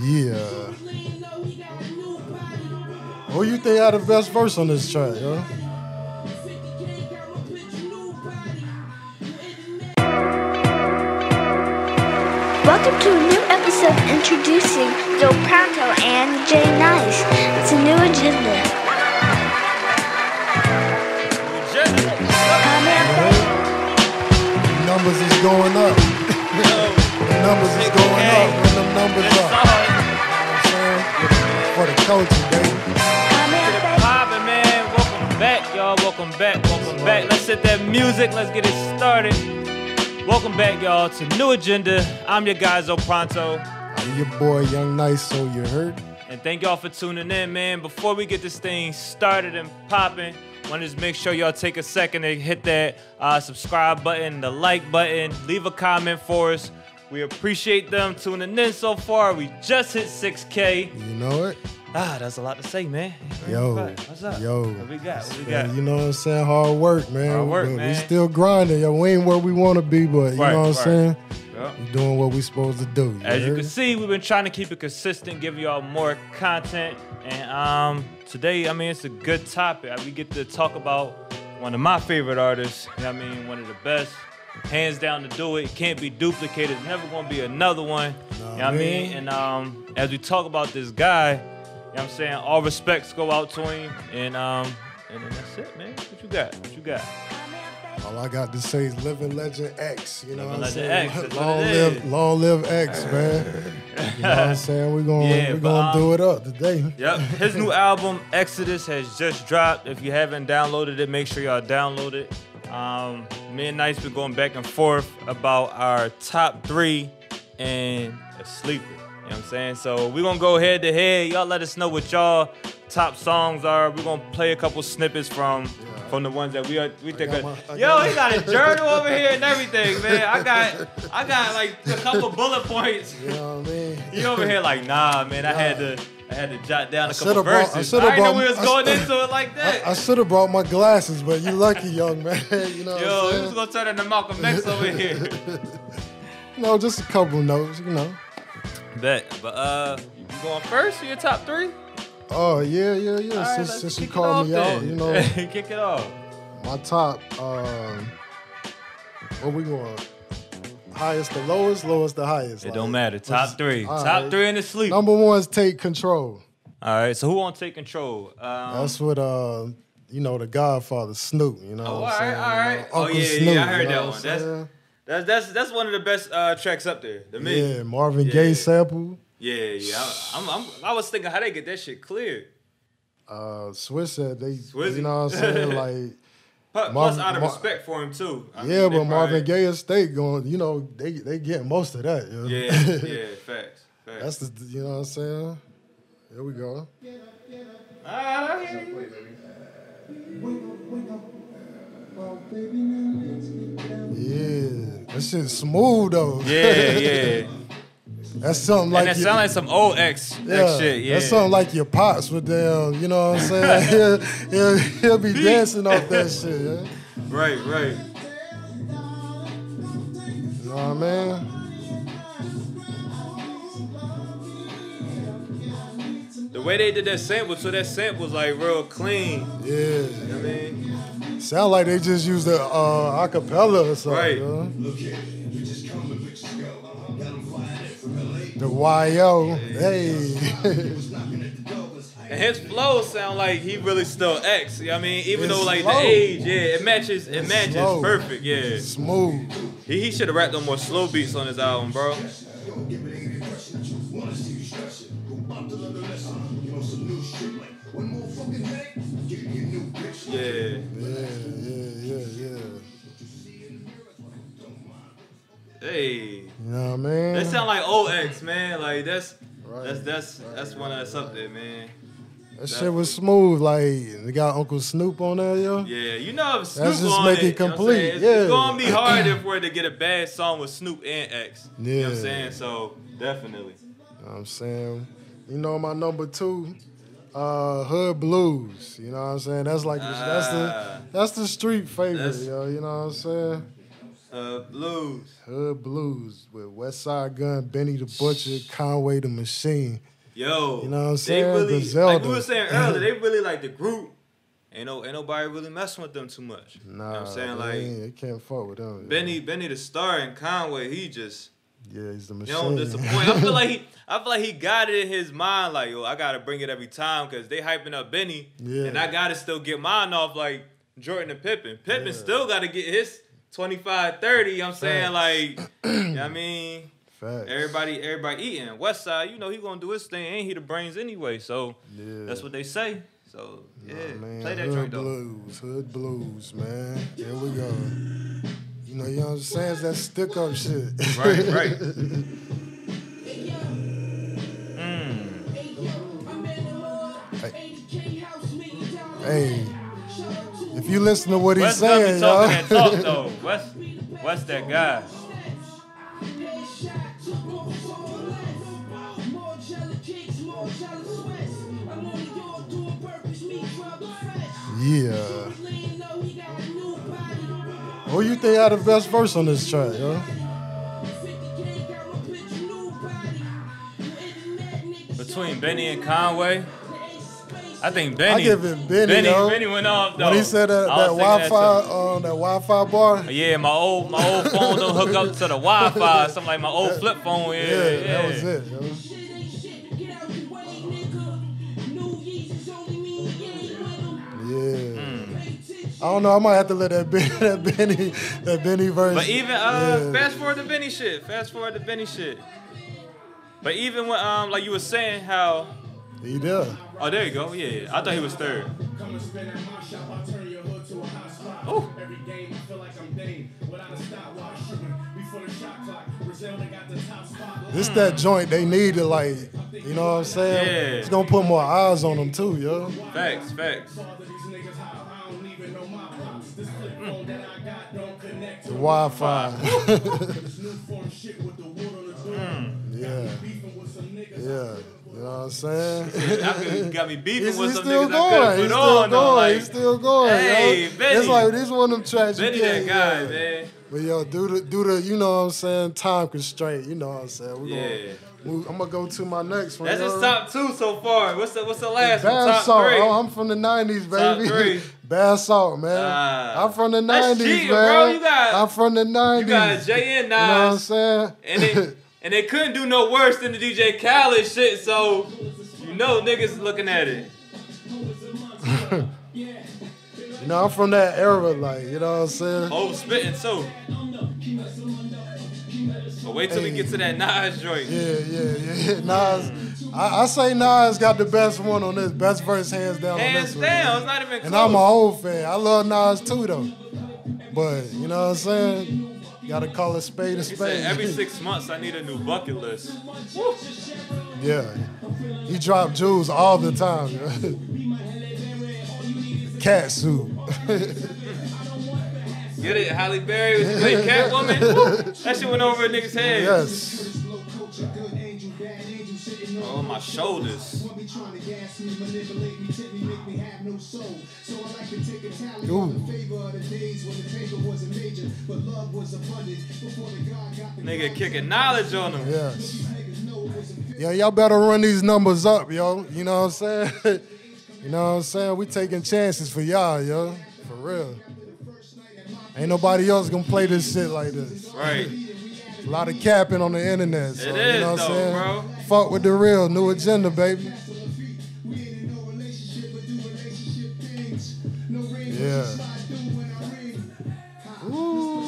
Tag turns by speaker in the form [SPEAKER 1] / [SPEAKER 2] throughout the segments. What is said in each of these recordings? [SPEAKER 1] Yeah. Who you think had the best verse on this track, huh?
[SPEAKER 2] Welcome to a new episode introducing Joe Pronto and Jay Nice. It's a new agenda.
[SPEAKER 1] Numbers is going up. The numbers is going up. When them numbers up. You know what I'm saying? For the coaching, baby.
[SPEAKER 3] Poppin', man. Welcome back, y'all. Welcome back. Welcome back. Let's hit that music. Let's get it started. Welcome back, y'all, to New Agenda. I'm your guy, Zopronto.
[SPEAKER 1] I'm your boy, Young Nice, so you heard.
[SPEAKER 3] And thank y'all for tuning in, man. Before we get this thing started and popping, want to just make sure y'all take a second and hit that uh, subscribe button, the like button, leave a comment for us. We appreciate them tuning in so far. We just hit 6K.
[SPEAKER 1] You know it?
[SPEAKER 3] Ah, that's a lot to say, man.
[SPEAKER 1] Yo.
[SPEAKER 3] What's up?
[SPEAKER 1] Yo.
[SPEAKER 3] What we got? What we
[SPEAKER 1] Yeah,
[SPEAKER 3] got?
[SPEAKER 1] you know what I'm saying? Hard work, man.
[SPEAKER 3] Hard
[SPEAKER 1] We-
[SPEAKER 3] work,
[SPEAKER 1] we,
[SPEAKER 3] man.
[SPEAKER 1] still grinding. Yo, we ain't where we want to be, but you
[SPEAKER 3] Right,
[SPEAKER 1] know what I'm
[SPEAKER 3] right.
[SPEAKER 1] saying?
[SPEAKER 3] Yeah.
[SPEAKER 1] we doing what we supposed to do.
[SPEAKER 3] As you
[SPEAKER 1] heard?
[SPEAKER 3] can see, we've been trying to keep it consistent, give y'all more content. And um, today, I mean, it's a good topic. We get to talk about one of my favorite artists. You know what I mean, one of the best, hands down to do it. It can't be duplicated. It's never gonna be another one. you know what I
[SPEAKER 1] man.
[SPEAKER 3] mean? And um, as we talk about this guy, you know what I'm saying, all respects go out to him. And um, and then that's it, man. What you got? What you got?
[SPEAKER 1] All I got to say is living legend X. You know
[SPEAKER 3] Living
[SPEAKER 1] what I'm
[SPEAKER 3] legend
[SPEAKER 1] saying?
[SPEAKER 3] X, that's what
[SPEAKER 1] long
[SPEAKER 3] it
[SPEAKER 1] live,
[SPEAKER 3] is.
[SPEAKER 1] long live X, man. You know what I'm saying? We're gonna
[SPEAKER 3] Yeah,
[SPEAKER 1] we're
[SPEAKER 3] but,
[SPEAKER 1] gonna
[SPEAKER 3] um,
[SPEAKER 1] do it up today.
[SPEAKER 3] Yep, his new album Exodus has just dropped. If you haven't downloaded it, make sure y'all download it. Um, me and Nice been going back and forth about our top three and a sleeper. You know what I'm saying? So we're gonna go head to head. Y'all let us know what y'all top songs are. We're gonna play a couple snippets from from the ones that we are we think.
[SPEAKER 1] got
[SPEAKER 3] Are,
[SPEAKER 1] my- I
[SPEAKER 3] yo,
[SPEAKER 1] got
[SPEAKER 3] he got a journal over here and everything, man. I got I got like a couple bullet points.
[SPEAKER 1] You know what I mean?
[SPEAKER 3] You over here like, nah, man. I had to, I had to jot down a couple
[SPEAKER 1] shoulda brought- I
[SPEAKER 3] verses. I,
[SPEAKER 1] shoulda
[SPEAKER 3] didn't know
[SPEAKER 1] brought-
[SPEAKER 3] we was
[SPEAKER 1] I
[SPEAKER 3] going
[SPEAKER 1] shoulda-
[SPEAKER 3] into it like that.
[SPEAKER 1] I, should have brought my glasses, but you lucky, young man. You know,
[SPEAKER 3] Yo,
[SPEAKER 1] what
[SPEAKER 3] he
[SPEAKER 1] I'm
[SPEAKER 3] was
[SPEAKER 1] saying?
[SPEAKER 3] gonna turn into Malcolm X over here.
[SPEAKER 1] no, just a couple notes. You know.
[SPEAKER 3] Bet, but uh, you going first? You your top three?
[SPEAKER 1] Oh yeah, yeah, yeah.
[SPEAKER 3] All right,
[SPEAKER 1] since
[SPEAKER 3] let's
[SPEAKER 1] since you
[SPEAKER 3] kick it
[SPEAKER 1] called me
[SPEAKER 3] off
[SPEAKER 1] out,
[SPEAKER 3] then.
[SPEAKER 1] you know,
[SPEAKER 3] kick it off.
[SPEAKER 1] my top. Um, what we going? Highest to lowest, lowest to highest.
[SPEAKER 3] It
[SPEAKER 1] like,
[SPEAKER 3] don't matter.
[SPEAKER 1] what's-
[SPEAKER 3] Top three.
[SPEAKER 1] all
[SPEAKER 3] Top
[SPEAKER 1] right.
[SPEAKER 3] three in the sleep.
[SPEAKER 1] Number one's take control.
[SPEAKER 3] All right, so who won't take control? Um,
[SPEAKER 1] That's what uh you know the Godfather Snoop, you know.
[SPEAKER 3] Oh,
[SPEAKER 1] what I'm saying?
[SPEAKER 3] all right, all right.
[SPEAKER 1] You know,
[SPEAKER 3] Oh,
[SPEAKER 1] Uncle
[SPEAKER 3] yeah, yeah,
[SPEAKER 1] Snoop,
[SPEAKER 3] I heard
[SPEAKER 1] you know what
[SPEAKER 3] that one.
[SPEAKER 1] I'm
[SPEAKER 3] That's-
[SPEAKER 1] saying?
[SPEAKER 3] that's that's that's one of the best uh, tracks up there to me.
[SPEAKER 1] yeah, Marvin
[SPEAKER 3] Yeah.
[SPEAKER 1] Gaye sample,
[SPEAKER 3] Yeah, yeah. I, am I'm, I was thinking how they get that shit cleared.
[SPEAKER 1] uh Swiss said they
[SPEAKER 3] Swizzy.
[SPEAKER 1] you know what I'm saying like Marvin-
[SPEAKER 3] Plus, plus out of
[SPEAKER 1] Mar-
[SPEAKER 3] respect for him too. I
[SPEAKER 1] yeah,
[SPEAKER 3] mean, they
[SPEAKER 1] but Marvin
[SPEAKER 3] probably-
[SPEAKER 1] Gaye estate going, you know, they they getting most of that. You know?
[SPEAKER 3] Yeah, yeah, facts. facts.
[SPEAKER 1] That's the you know what I'm saying? Here we go.
[SPEAKER 3] Ah, I hear you.
[SPEAKER 1] Yeah. That shit smooth though.
[SPEAKER 3] yeah, yeah.
[SPEAKER 1] That's something like
[SPEAKER 3] and that
[SPEAKER 1] your-
[SPEAKER 3] sound like some old X, X shit. Yeah,
[SPEAKER 1] That's something like your pops with them, you know what I'm saying? he'll, he'll, he'll be dancing off that shit, yeah?
[SPEAKER 3] right, right.
[SPEAKER 1] You know what I mean?
[SPEAKER 3] The way they did that sample, so that sample was like real clean.
[SPEAKER 1] Yeah.
[SPEAKER 3] You know what I mean,
[SPEAKER 1] Sound like they just used a uh, acapella or something.
[SPEAKER 3] Right.
[SPEAKER 1] you know?
[SPEAKER 4] Okay, we just come and bitches go. Uh-huh. Got 'em flying in from LA.
[SPEAKER 1] The YO. Hey.
[SPEAKER 4] Was knocking at the door. Was I
[SPEAKER 3] and his flow sound like he really still X. You know what I mean, even
[SPEAKER 1] It's
[SPEAKER 3] though like
[SPEAKER 1] slow.
[SPEAKER 3] the age, yeah, it matches. It
[SPEAKER 1] It's
[SPEAKER 3] matches
[SPEAKER 1] slow.
[SPEAKER 3] perfect. Yeah,
[SPEAKER 1] Smooth.
[SPEAKER 3] he, he should have rapped on more slow beats on his album, bro.
[SPEAKER 4] go give it any impression that you wanna see you stretch it. Go bump to another lesson. Get on some new shit like one more fucking day. Give you a new bitch.
[SPEAKER 3] Yeah,
[SPEAKER 1] Yeah, yeah, yeah, yeah.
[SPEAKER 3] hey.
[SPEAKER 1] You know what I mean?
[SPEAKER 3] That sound like old X, man. Like that's
[SPEAKER 1] Right,
[SPEAKER 3] that's that's that's one that's up there, man.
[SPEAKER 1] that shit was smooth. Like, they got Uncle Snoop on there, yo.
[SPEAKER 3] Yeah, you know if Snoop
[SPEAKER 1] That's just
[SPEAKER 3] on
[SPEAKER 1] make
[SPEAKER 3] it,
[SPEAKER 1] it
[SPEAKER 3] you know what I'm saying?
[SPEAKER 1] complete,
[SPEAKER 3] it's, it's
[SPEAKER 1] yeah.
[SPEAKER 3] gonna be hard if we're to get a bad song with Snoop and X. You know what I'm
[SPEAKER 1] Yeah.
[SPEAKER 3] saying? So definitely.
[SPEAKER 1] You know what I'm saying? You know my number two, uh, Hood Blues. You know what I'm saying? That's like the, that's
[SPEAKER 3] Ah.
[SPEAKER 1] the that's the street favorite,
[SPEAKER 3] That's-
[SPEAKER 1] yo. You know what I'm saying?
[SPEAKER 3] Uh, blues.
[SPEAKER 1] Hood Blues with West Side Gun, Benny the Butcher, Conway the Machine.
[SPEAKER 3] Yo,
[SPEAKER 1] You know what I'm
[SPEAKER 3] they
[SPEAKER 1] saying?
[SPEAKER 3] Really,
[SPEAKER 1] Griselda.
[SPEAKER 3] Like we were saying earlier, they really like the group. Ain't no, ain't nobody really messing with them too much.
[SPEAKER 1] Nah,
[SPEAKER 3] you know what I'm saying like
[SPEAKER 1] they, ain't- they can't fuck with them.
[SPEAKER 3] Benny, Benny the star and Conway, he just
[SPEAKER 1] yeah, he's the
[SPEAKER 3] they
[SPEAKER 1] machine.
[SPEAKER 3] don't disappoint. I feel like he, I feel like he got it in his mind. Like yo, I gotta bring it every time because they hyping up Benny,
[SPEAKER 1] Yeah.
[SPEAKER 3] and I gotta still get mine off like Jordan and Pippen. Pippen still gotta get his 25, 30. You know what I'm saying like, you know what I mean.
[SPEAKER 1] Facts.
[SPEAKER 3] Everybody, everybody eating. West side, you know, he gonna do his thing. Ain't he the brains anyway? So
[SPEAKER 1] Yeah.
[SPEAKER 3] that's what they say. So yeah,
[SPEAKER 1] Oh, man,
[SPEAKER 3] play that
[SPEAKER 1] hood
[SPEAKER 3] joint though.
[SPEAKER 1] blues, hood blues, man. Here we go. You know, you know what I'm saying? It's that stick up shit.
[SPEAKER 3] Right, right.
[SPEAKER 1] hey, if you listen to what he's
[SPEAKER 3] West not be
[SPEAKER 1] saying,
[SPEAKER 3] talking
[SPEAKER 1] y'all.
[SPEAKER 3] that talk though. West, West that guy.
[SPEAKER 1] yeah. Who you think had the best verse on this track, yo?
[SPEAKER 3] Between Benny and Conway, I think Benny.
[SPEAKER 1] I give it Benny,
[SPEAKER 3] Benny,
[SPEAKER 1] yo.
[SPEAKER 3] Benny went off though.
[SPEAKER 1] When he said that,
[SPEAKER 3] I was
[SPEAKER 1] that
[SPEAKER 3] thinking
[SPEAKER 1] Wi-Fi,
[SPEAKER 3] too.
[SPEAKER 1] uh, that Wi-Fi bar.
[SPEAKER 3] yeah, my old my old phone don't hook up to the Wi-Fi. Something like my old flip phone. Yeah,
[SPEAKER 1] Yeah,
[SPEAKER 3] yeah.
[SPEAKER 1] that was it. Yo. Yeah.
[SPEAKER 3] Hmm.
[SPEAKER 1] I don't know. I might have to let that Benny, that Benny, that Benny verse.
[SPEAKER 3] But even uh,
[SPEAKER 1] Yeah.
[SPEAKER 3] fast forward to Benny shit. Fast forward to Benny shit. But even when um, like you were saying how,
[SPEAKER 1] he there.
[SPEAKER 3] oh there you go. Yeah, I thought he was third.
[SPEAKER 5] Come and spin at my shop, I'll turn your hood to a hot spot.
[SPEAKER 3] Ooh.
[SPEAKER 5] Every game, I feel like I'm Dane. Without a stop, while shooting. Before the shot clock, Griselda got the top spot.
[SPEAKER 1] This that joint they need to like, you know what I'm saying?
[SPEAKER 3] Hmm. Yeah.
[SPEAKER 1] It's gonna put more eyes on them too, yo.
[SPEAKER 3] Facts, facts.
[SPEAKER 5] Father, these niggas high. I don't even know my pops. This flip phone that I got don't connect to
[SPEAKER 1] Wi-Fi.
[SPEAKER 5] this new form shit with the wood on the door.
[SPEAKER 1] yeah,
[SPEAKER 5] Beefing with some niggas.
[SPEAKER 1] yeah. You know what I'm saying?
[SPEAKER 3] That could- got me beefing
[SPEAKER 1] He's,
[SPEAKER 3] with
[SPEAKER 1] he's
[SPEAKER 3] some
[SPEAKER 1] still
[SPEAKER 3] niggas
[SPEAKER 1] going.
[SPEAKER 3] I could've put
[SPEAKER 1] He's still going.
[SPEAKER 3] on, though, Oh, like,
[SPEAKER 1] he's still going.
[SPEAKER 3] Hey,
[SPEAKER 1] yo.
[SPEAKER 3] Benny.
[SPEAKER 1] It's like this one of them tracks. you
[SPEAKER 3] Benny that
[SPEAKER 1] can't-
[SPEAKER 3] guy,
[SPEAKER 1] yeah.
[SPEAKER 3] man.
[SPEAKER 1] But yo, do the do the you know what I'm saying time constraint. You know what I'm saying. We're
[SPEAKER 3] Yeah.
[SPEAKER 1] gonna, we, I'm gonna go to my next one.
[SPEAKER 3] That's
[SPEAKER 1] yo.
[SPEAKER 3] his top two so far. What's the what's the last one?
[SPEAKER 1] Bath
[SPEAKER 3] Top
[SPEAKER 1] salt.
[SPEAKER 3] three.
[SPEAKER 1] Oh, I'm from the '90s,
[SPEAKER 3] Top
[SPEAKER 1] baby.
[SPEAKER 3] three.
[SPEAKER 1] Bath salt, man.
[SPEAKER 3] Ah.
[SPEAKER 1] I'm from the
[SPEAKER 3] That's
[SPEAKER 1] '90s,
[SPEAKER 3] cheating,
[SPEAKER 1] man.
[SPEAKER 3] bro. You got-
[SPEAKER 1] I'm from the '90s.
[SPEAKER 3] you got JN
[SPEAKER 1] You know what I'm
[SPEAKER 3] Nas,
[SPEAKER 1] saying?
[SPEAKER 3] and they and they couldn't do no worse than the DJ Khaled shit. So you know niggas looking at it.
[SPEAKER 1] you know, I'm from that era, like you know what I'm saying.
[SPEAKER 3] Oh, spitting too. But wait till we get to that Nas joint.
[SPEAKER 1] Yeah, yeah, yeah. Nas, I, I say Nas got the best one on this, best verse hands down on
[SPEAKER 3] Hands
[SPEAKER 1] this
[SPEAKER 3] down,
[SPEAKER 1] one.
[SPEAKER 3] it's not even close.
[SPEAKER 1] And I'm a whole fan. I love Nas too, though. But you know what I'm saying? Gotta call a spade a
[SPEAKER 3] he
[SPEAKER 1] spade.
[SPEAKER 3] said every six months I need a new bucket list.
[SPEAKER 1] Yeah. He dropped jewels all the time. Cat suit.
[SPEAKER 3] Get it? Halle Berry was great. Catwoman. Woo! that shit went over a nigga's head.
[SPEAKER 1] yes.
[SPEAKER 3] Oh, my shoulders. Nigga kicking knowledge on him.
[SPEAKER 1] Yes. Yo, y'all better run these numbers up, yo. You know what I'm saying? you know what I'm saying? We taking chances for y'all, yo. For real. Ain't nobody else gonna play this shit like this.
[SPEAKER 3] Right.
[SPEAKER 1] A lot of capping on the internet. So,
[SPEAKER 3] It
[SPEAKER 1] you
[SPEAKER 3] is,
[SPEAKER 1] know what I'm
[SPEAKER 3] though,
[SPEAKER 1] saying? Fuck with the real, new agenda, baby. Yeah. Ooh.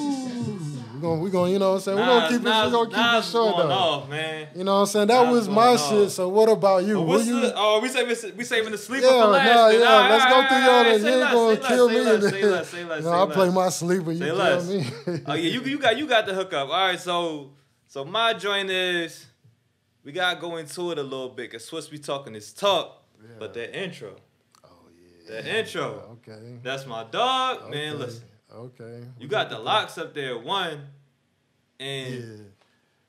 [SPEAKER 1] We're gonna, we gonna, you know what I'm saying? We're gonna
[SPEAKER 3] Nas-
[SPEAKER 1] keep it, we're
[SPEAKER 3] Nas-
[SPEAKER 1] gonna keep
[SPEAKER 3] Nas
[SPEAKER 1] it
[SPEAKER 3] is
[SPEAKER 1] short
[SPEAKER 3] going
[SPEAKER 1] though.
[SPEAKER 3] off, man.
[SPEAKER 1] You know what I'm saying? That
[SPEAKER 3] Nas
[SPEAKER 1] was
[SPEAKER 3] going
[SPEAKER 1] my
[SPEAKER 3] off.
[SPEAKER 1] shit. So what about you?
[SPEAKER 3] But
[SPEAKER 1] Will
[SPEAKER 3] what's
[SPEAKER 1] you
[SPEAKER 3] the? Oh, we saving we saving the sleeper
[SPEAKER 1] yeah,
[SPEAKER 3] for last.
[SPEAKER 1] nah,
[SPEAKER 3] then.
[SPEAKER 1] yeah.
[SPEAKER 3] All right,
[SPEAKER 1] Let's
[SPEAKER 3] all
[SPEAKER 1] go
[SPEAKER 3] right,
[SPEAKER 1] through
[SPEAKER 3] all
[SPEAKER 1] y'all.
[SPEAKER 3] right,
[SPEAKER 1] and You
[SPEAKER 3] say
[SPEAKER 1] ain't
[SPEAKER 3] less,
[SPEAKER 1] gonna
[SPEAKER 3] say less,
[SPEAKER 1] kill
[SPEAKER 3] say
[SPEAKER 1] me.
[SPEAKER 3] less,
[SPEAKER 1] and
[SPEAKER 3] say
[SPEAKER 1] then-
[SPEAKER 3] less, say less,
[SPEAKER 1] No,
[SPEAKER 3] say
[SPEAKER 1] I play
[SPEAKER 3] less.
[SPEAKER 1] my sleeper. You
[SPEAKER 3] Say
[SPEAKER 1] kill
[SPEAKER 3] less.
[SPEAKER 1] me.
[SPEAKER 3] Oh yeah, you you got you got the hookup. All right, so so my joint is we gotta go into it a little bit because Swiss be talking his talk, but that intro. Oh yeah. The intro.
[SPEAKER 1] okay.
[SPEAKER 3] That's my dog, man.
[SPEAKER 1] okay,
[SPEAKER 3] Listen,
[SPEAKER 1] Okay.
[SPEAKER 3] you got the locks up there one, and
[SPEAKER 1] Yeah.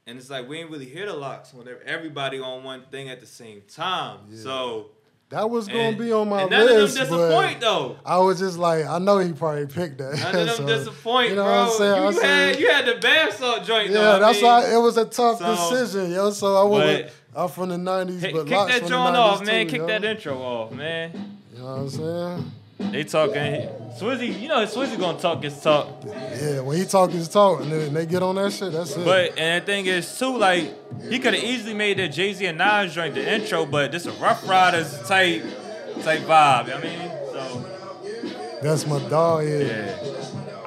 [SPEAKER 3] and it's like we ain't really hear the locks when everybody on one thing at the same time. So
[SPEAKER 1] That was gonna
[SPEAKER 3] And-
[SPEAKER 1] be on my
[SPEAKER 3] and none
[SPEAKER 1] list.
[SPEAKER 3] of them
[SPEAKER 1] but
[SPEAKER 3] disappoint, though.
[SPEAKER 1] I was just like, I know he probably picked that.
[SPEAKER 3] None of them
[SPEAKER 1] so,
[SPEAKER 3] disappoint,
[SPEAKER 1] you know
[SPEAKER 3] bro.
[SPEAKER 1] What I'm saying?
[SPEAKER 3] you,
[SPEAKER 1] I said-
[SPEAKER 3] had, you had the bath salt joint,
[SPEAKER 1] yeah,
[SPEAKER 3] though. I
[SPEAKER 1] that's
[SPEAKER 3] mean,
[SPEAKER 1] why it was a tough
[SPEAKER 3] So-
[SPEAKER 1] decision, yo. So I went.
[SPEAKER 3] But-
[SPEAKER 1] I'm from the '90s,
[SPEAKER 3] Hey,
[SPEAKER 1] but
[SPEAKER 3] kick
[SPEAKER 1] lots
[SPEAKER 3] that
[SPEAKER 1] from
[SPEAKER 3] joint
[SPEAKER 1] the 90s
[SPEAKER 3] off, man.
[SPEAKER 1] too,
[SPEAKER 3] kick
[SPEAKER 1] yo.
[SPEAKER 3] that intro off, man.
[SPEAKER 1] You know what I'm saying?
[SPEAKER 3] They talking. Swizzy, you know Swizzy gonna talk his talk.
[SPEAKER 1] Yeah, when he talk his talk, and then they get on that shit. That's it.
[SPEAKER 3] But and the thing is too, like he could have easily made that Jay Z and Nas joint the intro, but this a Rough Riders type type vibe. you know what I mean, so
[SPEAKER 1] that's my dog. Yeah.
[SPEAKER 3] yeah.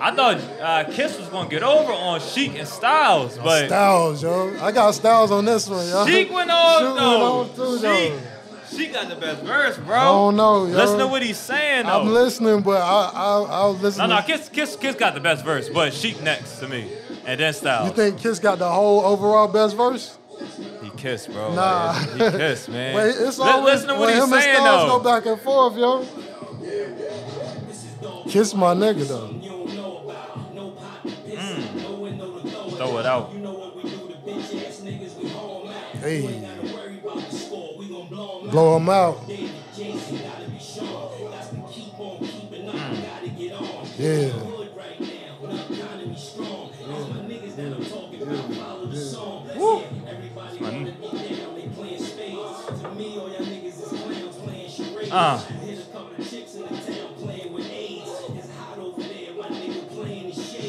[SPEAKER 3] I thought uh, Kiss was gonna get over on Chic and Styles, but
[SPEAKER 1] Styles, yo. I got Styles on this one, yo.
[SPEAKER 3] Sheik went off
[SPEAKER 1] Shoot
[SPEAKER 3] though.
[SPEAKER 1] went off, too,
[SPEAKER 3] Sheik,
[SPEAKER 1] though. Oh,
[SPEAKER 3] she got the best verse, bro.
[SPEAKER 1] I don't know, yo.
[SPEAKER 3] Listen to what he's saying though.
[SPEAKER 1] I'm listening, but I, I, I'll listen.
[SPEAKER 3] no, no,
[SPEAKER 1] to-
[SPEAKER 3] Kiss, Kiss, Kiss got the best verse, but Sheik next to me, and then
[SPEAKER 1] You
[SPEAKER 3] Styles.
[SPEAKER 1] think Kiss got the whole overall best verse?
[SPEAKER 3] he kissed, bro.
[SPEAKER 1] Nah.
[SPEAKER 3] Like, Oh, he kissed, man.
[SPEAKER 1] Wait, it's
[SPEAKER 3] Li-
[SPEAKER 1] always
[SPEAKER 3] listen to
[SPEAKER 1] when
[SPEAKER 3] what he's
[SPEAKER 1] him
[SPEAKER 3] saying
[SPEAKER 1] and Styles
[SPEAKER 3] though.
[SPEAKER 1] go back and forth, yo. Kiss my nigga though.
[SPEAKER 3] Throw it out.
[SPEAKER 1] Hey, blow him out. Yeah.
[SPEAKER 3] Uh.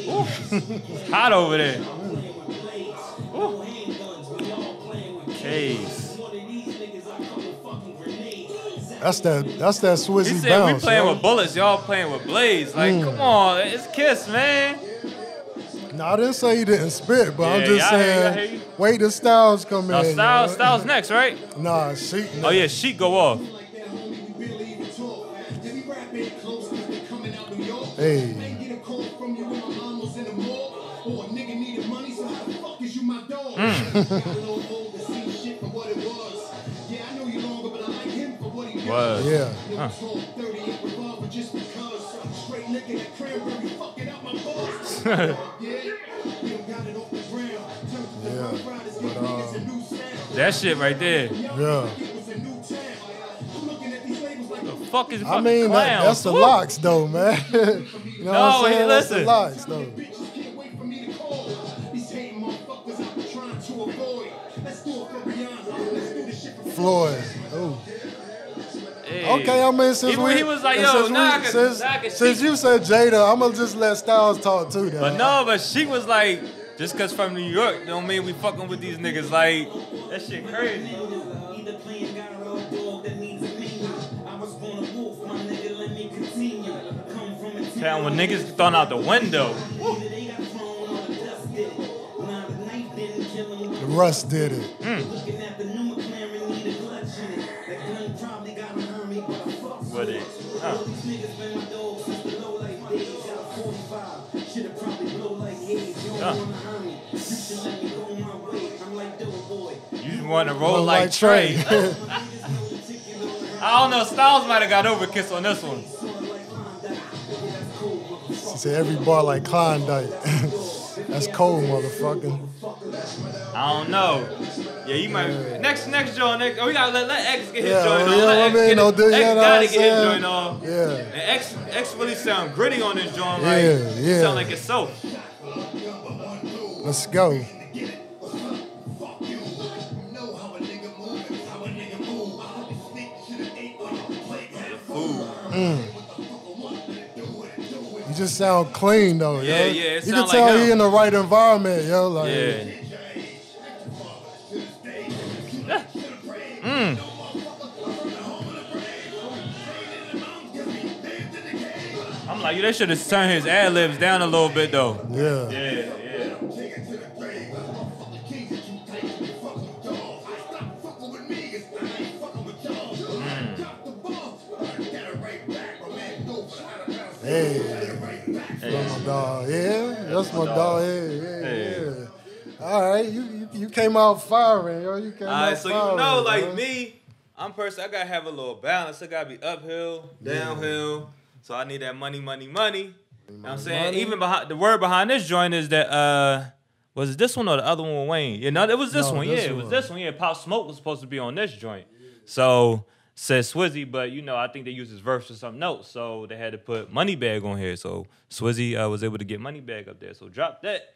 [SPEAKER 3] Oof. Hot over there. Oof. Case.
[SPEAKER 1] That's that. That's that
[SPEAKER 3] He
[SPEAKER 1] Swizzy
[SPEAKER 3] said we
[SPEAKER 1] bounce.
[SPEAKER 3] playing
[SPEAKER 1] yo.
[SPEAKER 3] with bullets, y'all playing with blades. Like,
[SPEAKER 1] Mm.
[SPEAKER 3] come on, it's Kiss, man.
[SPEAKER 1] No, I didn't say he didn't spit, but I'm
[SPEAKER 3] Yeah,
[SPEAKER 1] just
[SPEAKER 3] yeah, I hear you, I hear
[SPEAKER 1] saying.
[SPEAKER 3] you.
[SPEAKER 1] Wait till Styles come
[SPEAKER 3] Now
[SPEAKER 1] in.
[SPEAKER 3] Styles,
[SPEAKER 1] yo.
[SPEAKER 3] Styles next, right?
[SPEAKER 1] Nah, she.
[SPEAKER 3] Oh yeah, she go off.
[SPEAKER 1] Hey,
[SPEAKER 3] Was.
[SPEAKER 1] yeah.
[SPEAKER 4] Yeah. But, um,
[SPEAKER 3] That shit right there. The
[SPEAKER 1] Yeah.
[SPEAKER 3] fuck is
[SPEAKER 1] I
[SPEAKER 3] fucking
[SPEAKER 1] mean, that,
[SPEAKER 3] clowns?
[SPEAKER 1] that's the
[SPEAKER 3] Woo.
[SPEAKER 1] locks, though, man. you know what
[SPEAKER 3] No,
[SPEAKER 1] I'm
[SPEAKER 3] hey,
[SPEAKER 1] saying? That's the
[SPEAKER 3] listen.
[SPEAKER 1] locks, though.
[SPEAKER 4] Bitches can't wait for me to call. These hating motherfuckers I've been trying to avoid. Let's do it for Rihanna. Let's do this shit for
[SPEAKER 1] Floyd. Ooh.
[SPEAKER 3] Hey.
[SPEAKER 1] Okay, I mean, since
[SPEAKER 3] Even
[SPEAKER 1] we,
[SPEAKER 3] when he was like,
[SPEAKER 1] and
[SPEAKER 3] yo,
[SPEAKER 1] since, we-
[SPEAKER 3] nah, I can-
[SPEAKER 1] since,
[SPEAKER 3] nah, I can
[SPEAKER 1] since
[SPEAKER 3] see-
[SPEAKER 1] you said Jada, I'm gonna just let Styles talk too. Then.
[SPEAKER 3] But no, but she was like, just cause from New York don't mean we fucking with these niggas. Like, that shit crazy.
[SPEAKER 6] Either playing God or a dog, that means a minion. I was born a wolf, my nigga, let me continue. Come from a
[SPEAKER 3] Town when niggas thrown out the window.
[SPEAKER 6] They got thrown on the dust, did it. Nah, the knife didn't kill him.
[SPEAKER 1] Russ did it.
[SPEAKER 6] Looking at the new McLaren, need a clutch in it. That gun probably got an army, but I fuck
[SPEAKER 3] With it. Huh.
[SPEAKER 6] All these niggas been my dogs since the low life days. Got a 45, should've probably blow like heads. You don't
[SPEAKER 3] Huh.
[SPEAKER 6] wanna hurt me. You should let me go my way. I'm like Dope Boy.
[SPEAKER 3] You want to
[SPEAKER 1] But
[SPEAKER 3] roll like, Trey.
[SPEAKER 6] My niggas know the ticket on the
[SPEAKER 3] I don't know. Styles might have got over Kiss on this one.
[SPEAKER 1] she said every bar like Klondike. That's cold, motherfucker.
[SPEAKER 3] I don't know. Yeah, you might. Next, next joint. Next, oh, we gotta let, let X get his
[SPEAKER 1] Yeah,
[SPEAKER 3] joint
[SPEAKER 1] yeah,
[SPEAKER 3] on. Let
[SPEAKER 1] I
[SPEAKER 3] X
[SPEAKER 1] mean,
[SPEAKER 3] get
[SPEAKER 1] no,
[SPEAKER 3] his,
[SPEAKER 1] dude,
[SPEAKER 3] X
[SPEAKER 1] yeah, know
[SPEAKER 3] gotta
[SPEAKER 1] what
[SPEAKER 3] get
[SPEAKER 1] I'm
[SPEAKER 3] his
[SPEAKER 1] saying?
[SPEAKER 3] joint on.
[SPEAKER 1] Yeah.
[SPEAKER 3] And X, X really sound gritty on this joint. Like,
[SPEAKER 1] Yeah,
[SPEAKER 3] he
[SPEAKER 1] yeah.
[SPEAKER 3] sound like himself.
[SPEAKER 1] Let's go.
[SPEAKER 4] Fuck you. You know how a nigga move. and How a nigga move. I hope this nigga should have ate on your plate. Have food.
[SPEAKER 1] You just sound clean though. yo.
[SPEAKER 3] Yeah, yeah, it
[SPEAKER 1] You can
[SPEAKER 3] sound like
[SPEAKER 1] tell
[SPEAKER 3] him.
[SPEAKER 1] he in the right environment, yo. Like,
[SPEAKER 3] Yeah. I'm like, they should have turned his ad libs down a little bit though.
[SPEAKER 1] yeah.
[SPEAKER 3] Yeah, yeah.
[SPEAKER 1] Hey, that's my dog. Yeah, that's my dog. Yeah, yeah, yeah. All right, you, you you came out firing, yo. You came
[SPEAKER 3] All right,
[SPEAKER 1] out
[SPEAKER 3] so
[SPEAKER 1] firing,
[SPEAKER 3] you know, like
[SPEAKER 1] yo.
[SPEAKER 3] me, I'm person. I gotta have a little balance. I gotta be uphill, downhill. So I need that money, money, money. You know what I'm saying
[SPEAKER 1] money.
[SPEAKER 3] even behind the word behind this joint is that uh, was it this one or the other one with Wayne? You know, it was this
[SPEAKER 1] No,
[SPEAKER 3] one.
[SPEAKER 1] this
[SPEAKER 3] yeah, it was
[SPEAKER 1] one.
[SPEAKER 3] this one. Yeah, Pop Smoke was supposed to be on this joint. So said Swizzy, but you know, I think they used his verse for something else, so they had to put Moneybag on here. So Swizzy uh, was able to get Moneybag up there. So drop that.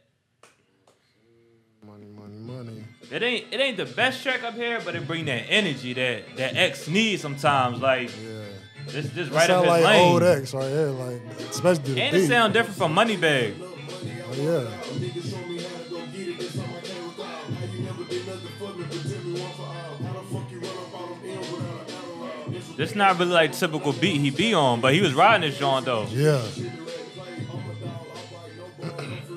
[SPEAKER 1] Money, money, money.
[SPEAKER 3] It ain't it ain't the best track up here, but it bring that energy that that X needs sometimes. Like
[SPEAKER 1] Yeah.
[SPEAKER 3] this this
[SPEAKER 1] That
[SPEAKER 3] right
[SPEAKER 1] sound
[SPEAKER 3] up his
[SPEAKER 1] like
[SPEAKER 3] lane.
[SPEAKER 1] old X right here, like especially the
[SPEAKER 3] and
[SPEAKER 1] beat.
[SPEAKER 3] it sound different from Moneybag.
[SPEAKER 1] Oh, yeah.
[SPEAKER 4] Niggas show me how to go get it, that's how I came with all. How you never did nothing for me, but tell me one for all. How the fuck you run up out of ill without an Adderall? This was
[SPEAKER 3] This not really like typical beat he be on, but he was riding this joint though.
[SPEAKER 1] Yeah.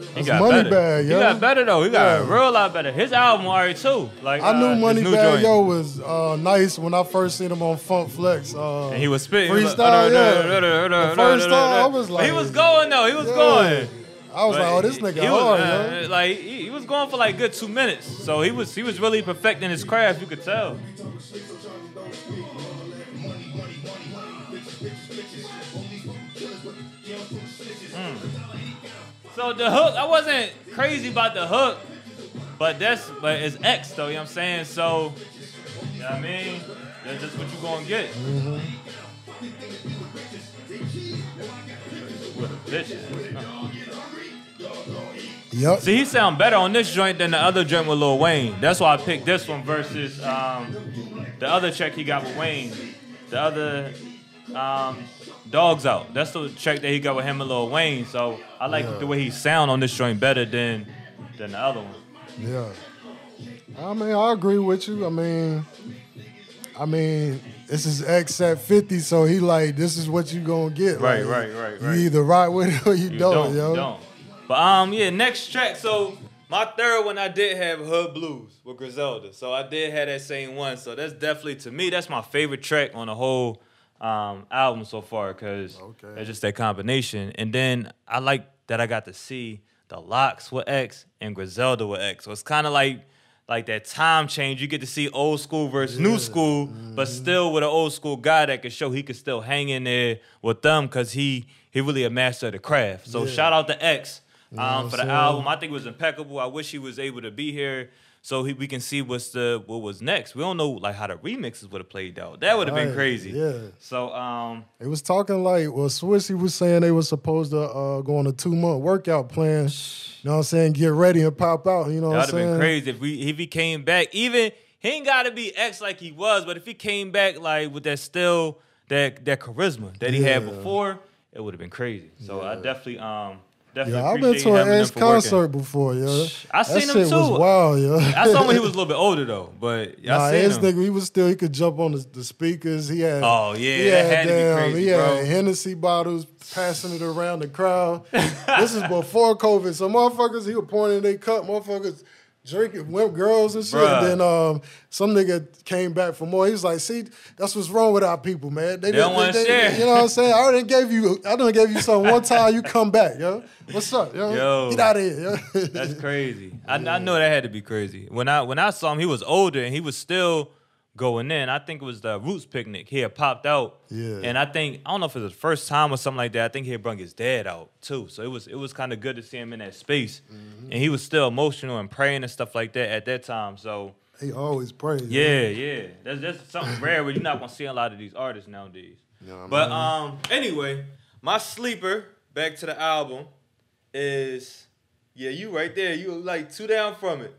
[SPEAKER 3] He
[SPEAKER 1] That's
[SPEAKER 3] got
[SPEAKER 1] Moneybag,
[SPEAKER 3] better. He
[SPEAKER 1] yo.
[SPEAKER 3] got better though. He got
[SPEAKER 1] Yeah.
[SPEAKER 3] a real lot better. His album already too. Like
[SPEAKER 1] I
[SPEAKER 3] uh,
[SPEAKER 1] knew
[SPEAKER 3] his new
[SPEAKER 1] Moneybag
[SPEAKER 3] joint.
[SPEAKER 1] Yo was uh, nice when I first seen him on Funk Flex. Uh,
[SPEAKER 3] And he was spitting. He
[SPEAKER 1] freestyle.
[SPEAKER 3] was like, "Da, da, da, da, da,
[SPEAKER 1] yeah. The first
[SPEAKER 3] da, da, da."
[SPEAKER 1] time I was
[SPEAKER 3] But
[SPEAKER 1] like,
[SPEAKER 3] he was going though. He was
[SPEAKER 1] yeah.
[SPEAKER 3] going.
[SPEAKER 1] I was
[SPEAKER 3] But
[SPEAKER 1] like, oh, this
[SPEAKER 3] he-
[SPEAKER 1] nigga
[SPEAKER 3] he was,
[SPEAKER 1] hard,
[SPEAKER 3] uh,
[SPEAKER 1] yo.
[SPEAKER 3] Like he, he was going for like good two minutes, so he was he was really perfecting his craft. You could tell. Hmm. So the hook, I wasn't crazy about the hook, but that's but it's X though. You know what I'm saying? So, you know what I mean, that's just what you gonna get.
[SPEAKER 1] Mm-hmm.
[SPEAKER 3] Bitches.
[SPEAKER 1] Yep.
[SPEAKER 3] See, he sound better on this joint than the other joint with Lil Wayne. That's why I picked this one versus um, the other check he got with Wayne. The other um, Dogs Out. That's the check that he got with him and Lil Wayne. So I like
[SPEAKER 1] Yeah.
[SPEAKER 3] the way he sound on this joint better than than the other one.
[SPEAKER 1] Yeah. I mean, I agree with you. I mean, I mean, this is X at 50, so he like, this is what you gonna get.
[SPEAKER 3] Right,
[SPEAKER 1] like,
[SPEAKER 3] right, right, right.
[SPEAKER 1] You either ride with it or you,
[SPEAKER 3] You
[SPEAKER 1] don't,
[SPEAKER 3] don't,
[SPEAKER 1] yo.
[SPEAKER 3] you don't. But um, yeah, next track. So my third one, I did have Hood Blues with Griselda. So I did have that same one. So that's definitely to me, that's my favorite track on the whole um album so far because
[SPEAKER 1] Okay.
[SPEAKER 3] that's just that combination. And then I like that I got to see the Locks with X and Griselda with X. So it's kind of like like that time change. You get to see old school versus new school, but
[SPEAKER 1] Mm-hmm.
[SPEAKER 3] still with an old school guy that can show he could still hang in there with them because he he really a master of the craft. So shout out to X
[SPEAKER 1] what
[SPEAKER 3] um,
[SPEAKER 1] I'm
[SPEAKER 3] for the
[SPEAKER 1] saying?
[SPEAKER 3] album. I think it was impeccable. I wish he was able to be here so he, we can see what's the what was next. We don't know like how the remixes would have played out. That would have been
[SPEAKER 1] Right,
[SPEAKER 3] crazy.
[SPEAKER 1] yeah.
[SPEAKER 3] So um
[SPEAKER 1] It was talking like, well, Swissy was saying they was supposed to uh, go on a two month workout plan. You know what I'm saying? Get ready and pop out. You know what I'm
[SPEAKER 3] That would have
[SPEAKER 1] saying?
[SPEAKER 3] been crazy if we if he came back. Even he ain't gotta be X like he was, but if he came back like with that still that that charisma that he had
[SPEAKER 1] Yeah.
[SPEAKER 3] before, it would have been crazy. So I definitely um definitely
[SPEAKER 1] Yeah, I've been
[SPEAKER 3] appreciate
[SPEAKER 1] to an
[SPEAKER 3] him and
[SPEAKER 1] X
[SPEAKER 3] them for working.
[SPEAKER 1] concert before, yo.
[SPEAKER 3] I
[SPEAKER 1] that
[SPEAKER 3] seen him
[SPEAKER 1] shit
[SPEAKER 3] too.
[SPEAKER 1] Was wild, yo.
[SPEAKER 3] I saw him when he was a little bit older though, but I
[SPEAKER 1] Nah,
[SPEAKER 3] seen
[SPEAKER 1] his
[SPEAKER 3] him.
[SPEAKER 1] nigga, he was still. He could jump on the, the speakers. He had.
[SPEAKER 3] Oh, yeah,
[SPEAKER 1] he
[SPEAKER 3] that had to be crazy,
[SPEAKER 1] He had
[SPEAKER 3] bro.
[SPEAKER 1] Hennessy bottles passing it around the crowd. this is before COVID, so motherfuckers, he was pouring in their cup. Motherfuckers drinking, wimp girls and shit.
[SPEAKER 3] Bruh.
[SPEAKER 1] And then um, some nigga came back for more. He was like, "See, that's what's wrong with our people, man. They,
[SPEAKER 3] don't
[SPEAKER 1] didn't-
[SPEAKER 3] wanna share."
[SPEAKER 1] You know what I'm saying? I already gave you. I done gave you something one time. You come back, yo. What's up, yo?
[SPEAKER 3] Yo.
[SPEAKER 1] Get out of here, yo.
[SPEAKER 3] That's crazy. I, I know that had to be crazy. When I when I saw him, he was older and he was still going in. I think it was the Roots picnic. He had popped out.
[SPEAKER 1] Yeah.
[SPEAKER 3] And I think I don't know if it was the first time or something like that. I think he had brung his dad out too. So it was it was kind of good to see him in that space. And he was still emotional and praying and stuff like that at that time. So
[SPEAKER 1] he always prays. yo.
[SPEAKER 3] yeah, yeah. That's that's something rare where you're not gonna see a lot of these artists nowadays.
[SPEAKER 1] what I
[SPEAKER 3] but um anyway, my sleeper, back to the album, is yeah, you right there. You like two down from it.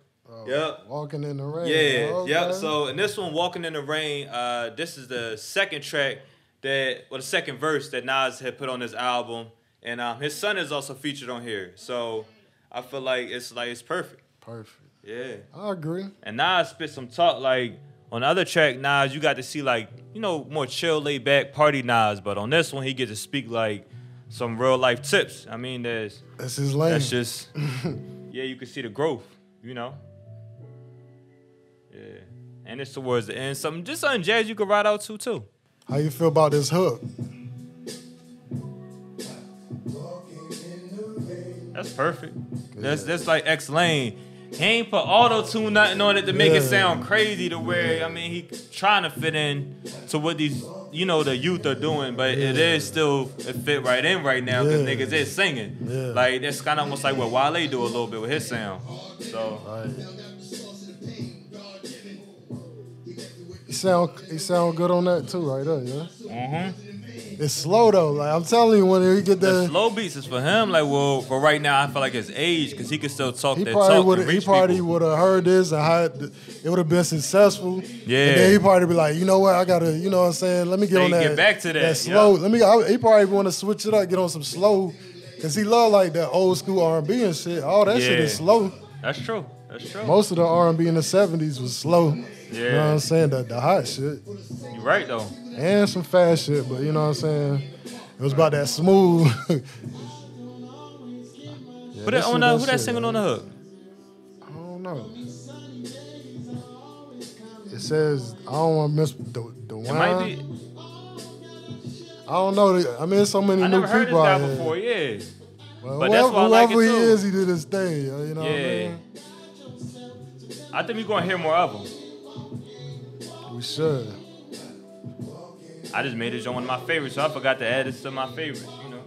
[SPEAKER 3] yep.
[SPEAKER 1] Walking in the rain.
[SPEAKER 3] Yeah,
[SPEAKER 1] yo,
[SPEAKER 3] yep.
[SPEAKER 1] Oh. okay.
[SPEAKER 3] So in this one, Walking in the Rain, uh, this is the second track that or the second verse that Nas had put on his album. And um, his son is also featured on here. So I feel like it's like it's perfect.
[SPEAKER 1] perfect.
[SPEAKER 3] Yeah.
[SPEAKER 1] I agree.
[SPEAKER 3] And Nas spit some talk like on the other track, Nas, you got to see like, you know, more chill, laid back party Nas, but on this one he gets to speak like some real life tips. I mean, there's
[SPEAKER 1] That's his lane.
[SPEAKER 3] that's just yeah, you can see the growth, you know. Yeah. And it's towards the end. Something just something jazz you could ride out to too.
[SPEAKER 1] How you feel about this hook?
[SPEAKER 3] That's perfect. That's that's like X Lane. He ain't put auto tune nothing on it to make it
[SPEAKER 1] Yeah.
[SPEAKER 3] sound crazy to where I mean he trying to fit in to what these you know the youth are doing, but it is still it fit right in right now because
[SPEAKER 1] Yeah.
[SPEAKER 3] niggas is singing.
[SPEAKER 1] Yeah.
[SPEAKER 3] Like that's kind of almost like what Wale do a little bit with his sound. So
[SPEAKER 1] Right. He sound he sound good on that too, right there. Yeah. It's slow though. Like I'm telling you, when he get
[SPEAKER 3] The
[SPEAKER 1] that,
[SPEAKER 3] Mm-hmm. slow beats is for him. Like, well, for right now, I feel like it's age because he can still talk
[SPEAKER 1] he
[SPEAKER 3] that
[SPEAKER 1] probably
[SPEAKER 3] talk
[SPEAKER 1] would
[SPEAKER 3] and
[SPEAKER 1] he
[SPEAKER 3] reach
[SPEAKER 1] probably
[SPEAKER 3] people.
[SPEAKER 1] would have heard this and how it, it would have been successful.
[SPEAKER 3] Yeah.
[SPEAKER 1] And then he probably be like, you know what, I gotta, you know what I'm saying? Let me get
[SPEAKER 3] They
[SPEAKER 1] on that.
[SPEAKER 3] get back to that,
[SPEAKER 1] slow.
[SPEAKER 3] yeah.
[SPEAKER 1] Let me. I, he probably want to switch it up, get on some slow, cause he love like that old school R&B and shit. All that shit is
[SPEAKER 3] Yeah.
[SPEAKER 1] slow.
[SPEAKER 3] That's true. That's true.
[SPEAKER 1] Most of the R&B in the '70s was slow. You know what
[SPEAKER 3] Yeah.
[SPEAKER 1] I'm saying? The, the hot shit
[SPEAKER 3] You're right though.
[SPEAKER 1] and some fast shit, but you know what I'm saying? It was about that smooth.
[SPEAKER 3] But
[SPEAKER 1] that
[SPEAKER 3] on
[SPEAKER 1] shit-
[SPEAKER 3] the,
[SPEAKER 1] that
[SPEAKER 3] who that
[SPEAKER 1] shit,
[SPEAKER 3] singing
[SPEAKER 1] man.
[SPEAKER 3] on the hook?
[SPEAKER 1] I don't know. It says I don't want to miss the the
[SPEAKER 3] It
[SPEAKER 1] wine.
[SPEAKER 3] might be.
[SPEAKER 1] I don't know. I mean, so many
[SPEAKER 3] I
[SPEAKER 1] new
[SPEAKER 3] never heard this
[SPEAKER 1] people out
[SPEAKER 3] guy
[SPEAKER 1] here.
[SPEAKER 3] before. Yeah.
[SPEAKER 1] But
[SPEAKER 3] but
[SPEAKER 1] whoever,
[SPEAKER 3] that's why I like it
[SPEAKER 1] whoever he
[SPEAKER 3] too.
[SPEAKER 1] is, he did his thing. yo, You know what
[SPEAKER 3] Yeah. I think we're gonna hear more of him.
[SPEAKER 1] I mean? We should.
[SPEAKER 3] I just made this one of my favorites, so I forgot to add this to my favorites. You know.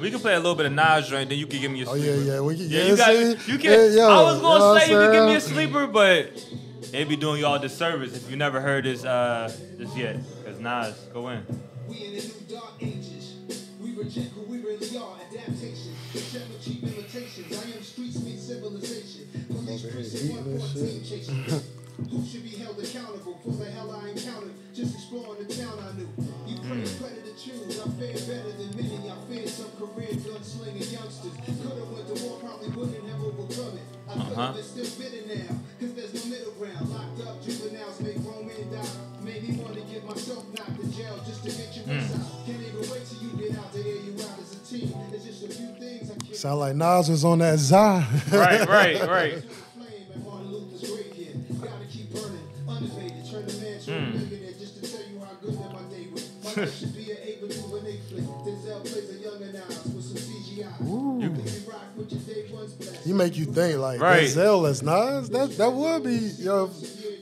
[SPEAKER 3] We can play a little bit of Nas joint, then you can give me your
[SPEAKER 1] Oh
[SPEAKER 3] sleeper.
[SPEAKER 1] yeah, yeah. We can,
[SPEAKER 3] Yeah,
[SPEAKER 1] yeah,
[SPEAKER 3] you got.
[SPEAKER 1] see?
[SPEAKER 3] You can.
[SPEAKER 1] Yeah, yo,
[SPEAKER 3] I was
[SPEAKER 1] you know
[SPEAKER 3] gonna
[SPEAKER 1] what
[SPEAKER 3] say you can give me a
[SPEAKER 1] I'm saying?
[SPEAKER 3] sleeper, but they be doing y'all a disservice if you never heard this uh this yet. Cause Nas, go in.
[SPEAKER 5] We in the new dark ages. We reject who we really are. Adaptation. Reject with cheap imitations. I am street speed civilization. Police precinct
[SPEAKER 1] eating this
[SPEAKER 5] 114 cases. Who should be held accountable for the hell I encountered? Just exploring the town I knew. You pray credit to choose. I fared better than many. I feared some career gunslinging youngsters. Could've went to war, probably wouldn't have overcome it. I could
[SPEAKER 3] Uh-huh.
[SPEAKER 5] have been still bitter now, cause there's no middle ground. Locked up juveniles make grown men die. Made me want to get myself knocked in jail just to get you inside. Can't even wait till you get out to air you out as a team. It's just a few things I can't
[SPEAKER 1] Sound like Nas was on that Zai.
[SPEAKER 3] Right, right, right.
[SPEAKER 5] explain. And Martin Luther's graveyard. Gotta keep burning. Unabated. Turn a man to a millionaire just to tell you how good that my day was. My life should be an Ava Duvernay flick. Denzel plays a young and with some CGI. You can rock with your day one's black.
[SPEAKER 1] He make you think like
[SPEAKER 3] Right.
[SPEAKER 1] Denzel as Nas. That that would be yo.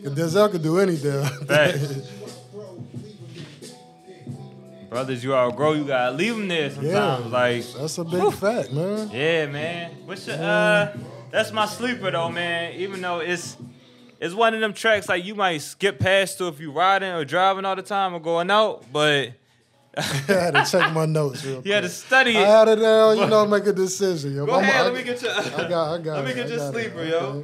[SPEAKER 1] If Denzel could do anything.
[SPEAKER 3] Facts.
[SPEAKER 5] Bro, leave him there. Leave him there. Leave him there.
[SPEAKER 3] Brothers, you all grow. You gotta leave them there sometimes. Like,
[SPEAKER 1] That's a big fact, man.
[SPEAKER 3] yeah, man. What's your uh? That's my sleeper though, man. Even though it's it's one of them tracks like you might skip past to if you riding or driving all the time or going out, but
[SPEAKER 1] I had to check my notes real quick.
[SPEAKER 3] you had to study
[SPEAKER 1] I
[SPEAKER 3] it.
[SPEAKER 1] had it down, you know, make a decision. Yo.
[SPEAKER 3] Go
[SPEAKER 1] I'm-
[SPEAKER 3] ahead,
[SPEAKER 1] I-
[SPEAKER 3] let me get your.
[SPEAKER 1] I got, I got.
[SPEAKER 3] Let me get your sleeper, yo.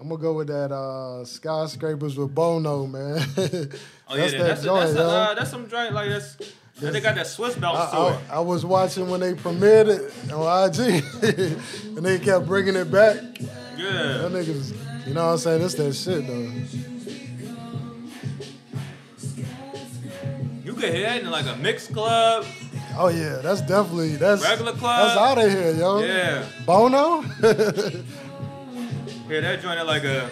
[SPEAKER 1] I'm gonna go with that uh, skyscrapers with Bono, man.
[SPEAKER 3] Oh yeah, that's that's, a, that's, a,
[SPEAKER 1] yo.
[SPEAKER 3] uh, that's some joint like that's. They got that Swiss bounce to
[SPEAKER 1] I,
[SPEAKER 3] it.
[SPEAKER 1] I, I was watching when they premiered it on IG, and they kept bringing it back.
[SPEAKER 3] Yeah.
[SPEAKER 1] That niggas, you know what I'm saying? That's that shit though.
[SPEAKER 3] You could hear that in like a mixed club.
[SPEAKER 1] Oh yeah, that's definitely that's
[SPEAKER 3] Regular club?
[SPEAKER 1] That's out of here, yo.
[SPEAKER 3] Yeah.
[SPEAKER 1] Bono.
[SPEAKER 3] Hear that joint at like a,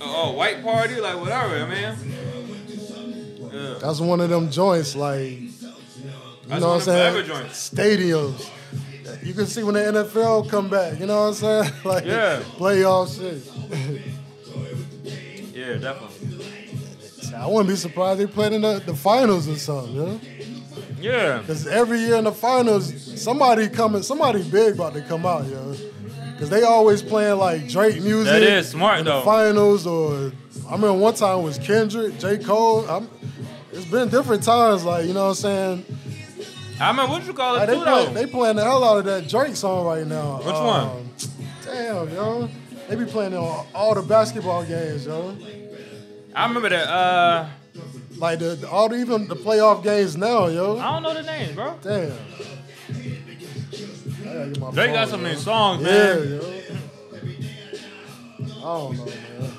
[SPEAKER 3] a, a white party, like whatever, man. Yeah.
[SPEAKER 1] that's one of them joints, like You
[SPEAKER 3] That's
[SPEAKER 1] know
[SPEAKER 3] one
[SPEAKER 1] what I'm
[SPEAKER 3] of them forever
[SPEAKER 1] saying?
[SPEAKER 3] joints.
[SPEAKER 1] Stadiums. You can see when the NFL come back. You know what I'm saying? Like
[SPEAKER 3] Yeah.
[SPEAKER 1] playoff shit.
[SPEAKER 3] Yeah, definitely.
[SPEAKER 1] I wouldn't be surprised they played in the, the finals or something. You know?
[SPEAKER 3] Yeah.
[SPEAKER 1] Cause every year in the finals, somebody coming, somebody big about to come out, yo. Cause they always playing like Drake music.
[SPEAKER 3] That is smart,
[SPEAKER 1] in the
[SPEAKER 3] though.
[SPEAKER 1] Finals or I remember one time it was Kendrick, J. Cole. I'm, it's been different times, like you know what I'm saying.
[SPEAKER 3] I mean, what you call it
[SPEAKER 1] Like,
[SPEAKER 3] too
[SPEAKER 1] they, play,
[SPEAKER 3] though?
[SPEAKER 1] they playing the hell out of that Drake song right now. Um,
[SPEAKER 3] Which one?
[SPEAKER 1] Damn, yo. They be playing it on all the basketball games, yo.
[SPEAKER 3] I remember that. Uh,
[SPEAKER 1] Like the, the- all the, even the playoff games now, yo.
[SPEAKER 3] I don't know the name, bro.
[SPEAKER 1] Damn. I gotta get my
[SPEAKER 3] Drake
[SPEAKER 1] phone,
[SPEAKER 3] got so
[SPEAKER 1] yo.
[SPEAKER 3] many songs,
[SPEAKER 1] Yeah,
[SPEAKER 3] man.
[SPEAKER 1] yo. I don't know, man.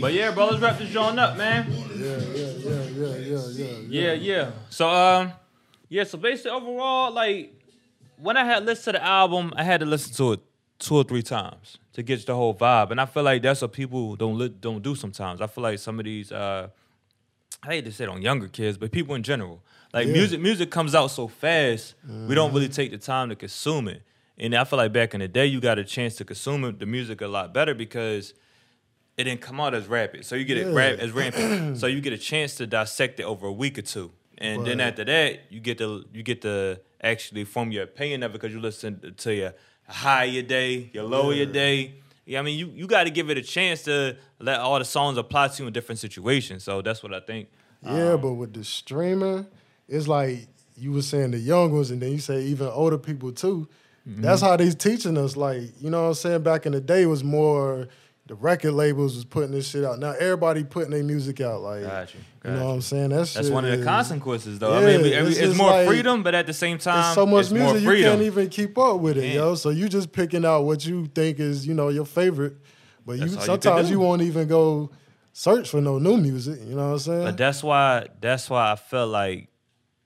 [SPEAKER 3] But yeah, bro, let's wrap this joint up, man.
[SPEAKER 1] Yeah, yeah, yeah, yeah, yeah, yeah. yeah.
[SPEAKER 3] Yeah, yeah. So um, yeah. So basically, overall, like when I had listened to the album, I had to listen to it two or three times to get the whole vibe, and I feel like that's what people don't li- don't do sometimes. I feel like some of these uh, I hate to say it on younger kids, but people in general, like music, music comes out so fast, we don't really take the time to consume it. And I feel like back in the day, you got a chance to consume it, the music a lot better because it didn't come out as rapid. So you get it
[SPEAKER 1] Yeah.
[SPEAKER 3] rap as rampant. so you get a chance to dissect it over a week or two, and then
[SPEAKER 1] Right.
[SPEAKER 3] after that, you get to you get to actually form your opinion of it because you listen to your high of your day, your low of your day. Yeah, I mean, you you got to give it a chance to let all the songs apply to you in different situations. So that's what I think.
[SPEAKER 1] Yeah, but with the streaming, it's like you were saying the young ones, and then you say even older people too. That's how they's teaching us. Like, you know what I'm saying? Back in the day it was more the record labels was putting this shit out. Now everybody putting their music out. Like
[SPEAKER 3] Got you, got
[SPEAKER 1] you know
[SPEAKER 3] you.
[SPEAKER 1] what I'm saying? That's
[SPEAKER 3] That's one of the consequences, though. I
[SPEAKER 1] Yeah,
[SPEAKER 3] mean, we- every-
[SPEAKER 1] it's
[SPEAKER 3] it's,
[SPEAKER 1] just
[SPEAKER 3] more
[SPEAKER 1] like-
[SPEAKER 3] freedom, but at the same time,
[SPEAKER 1] It's so much
[SPEAKER 3] it's more
[SPEAKER 1] music you
[SPEAKER 3] freedom.
[SPEAKER 1] can't even keep up with it,
[SPEAKER 3] Yeah.
[SPEAKER 1] yo. So you just picking out what you think is, you know, your favorite. But you
[SPEAKER 3] That's all you can
[SPEAKER 1] sometimes
[SPEAKER 3] do.
[SPEAKER 1] you, won't even go search for no new music. You know what I'm saying?
[SPEAKER 3] But that's why that's why I felt like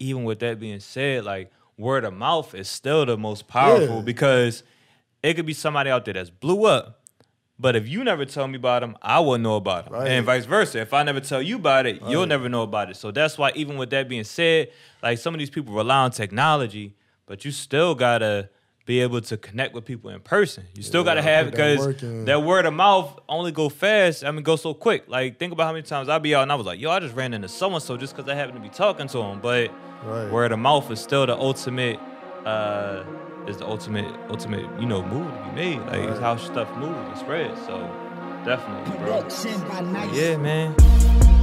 [SPEAKER 3] even with that being said, like word of mouth is still the most powerful
[SPEAKER 1] Yeah.
[SPEAKER 3] because it could be somebody out there that's blew up. But if you never tell me about them, I will know about them,
[SPEAKER 1] Right.
[SPEAKER 3] and vice versa. If I never tell you about it, you'll never know about it. So that's why, even with that being said, like some of these people rely on technology, but you still gotta be able to connect with people in person. You still gotta have
[SPEAKER 1] put that
[SPEAKER 3] because
[SPEAKER 1] work in.
[SPEAKER 3] that word of mouth only go fast. I mean, go so quick. Like, think about how many times I be out and I was like, yo, I just ran into so and so just because I happened to be talking to him. But
[SPEAKER 1] Right.
[SPEAKER 3] word of mouth is still the ultimate, uh, is the ultimate, ultimate, you know, move to be made. Like, it's how stuff moves and spreads. So, definitely, bro.
[SPEAKER 7] Production by Nice.
[SPEAKER 3] Yeah, man.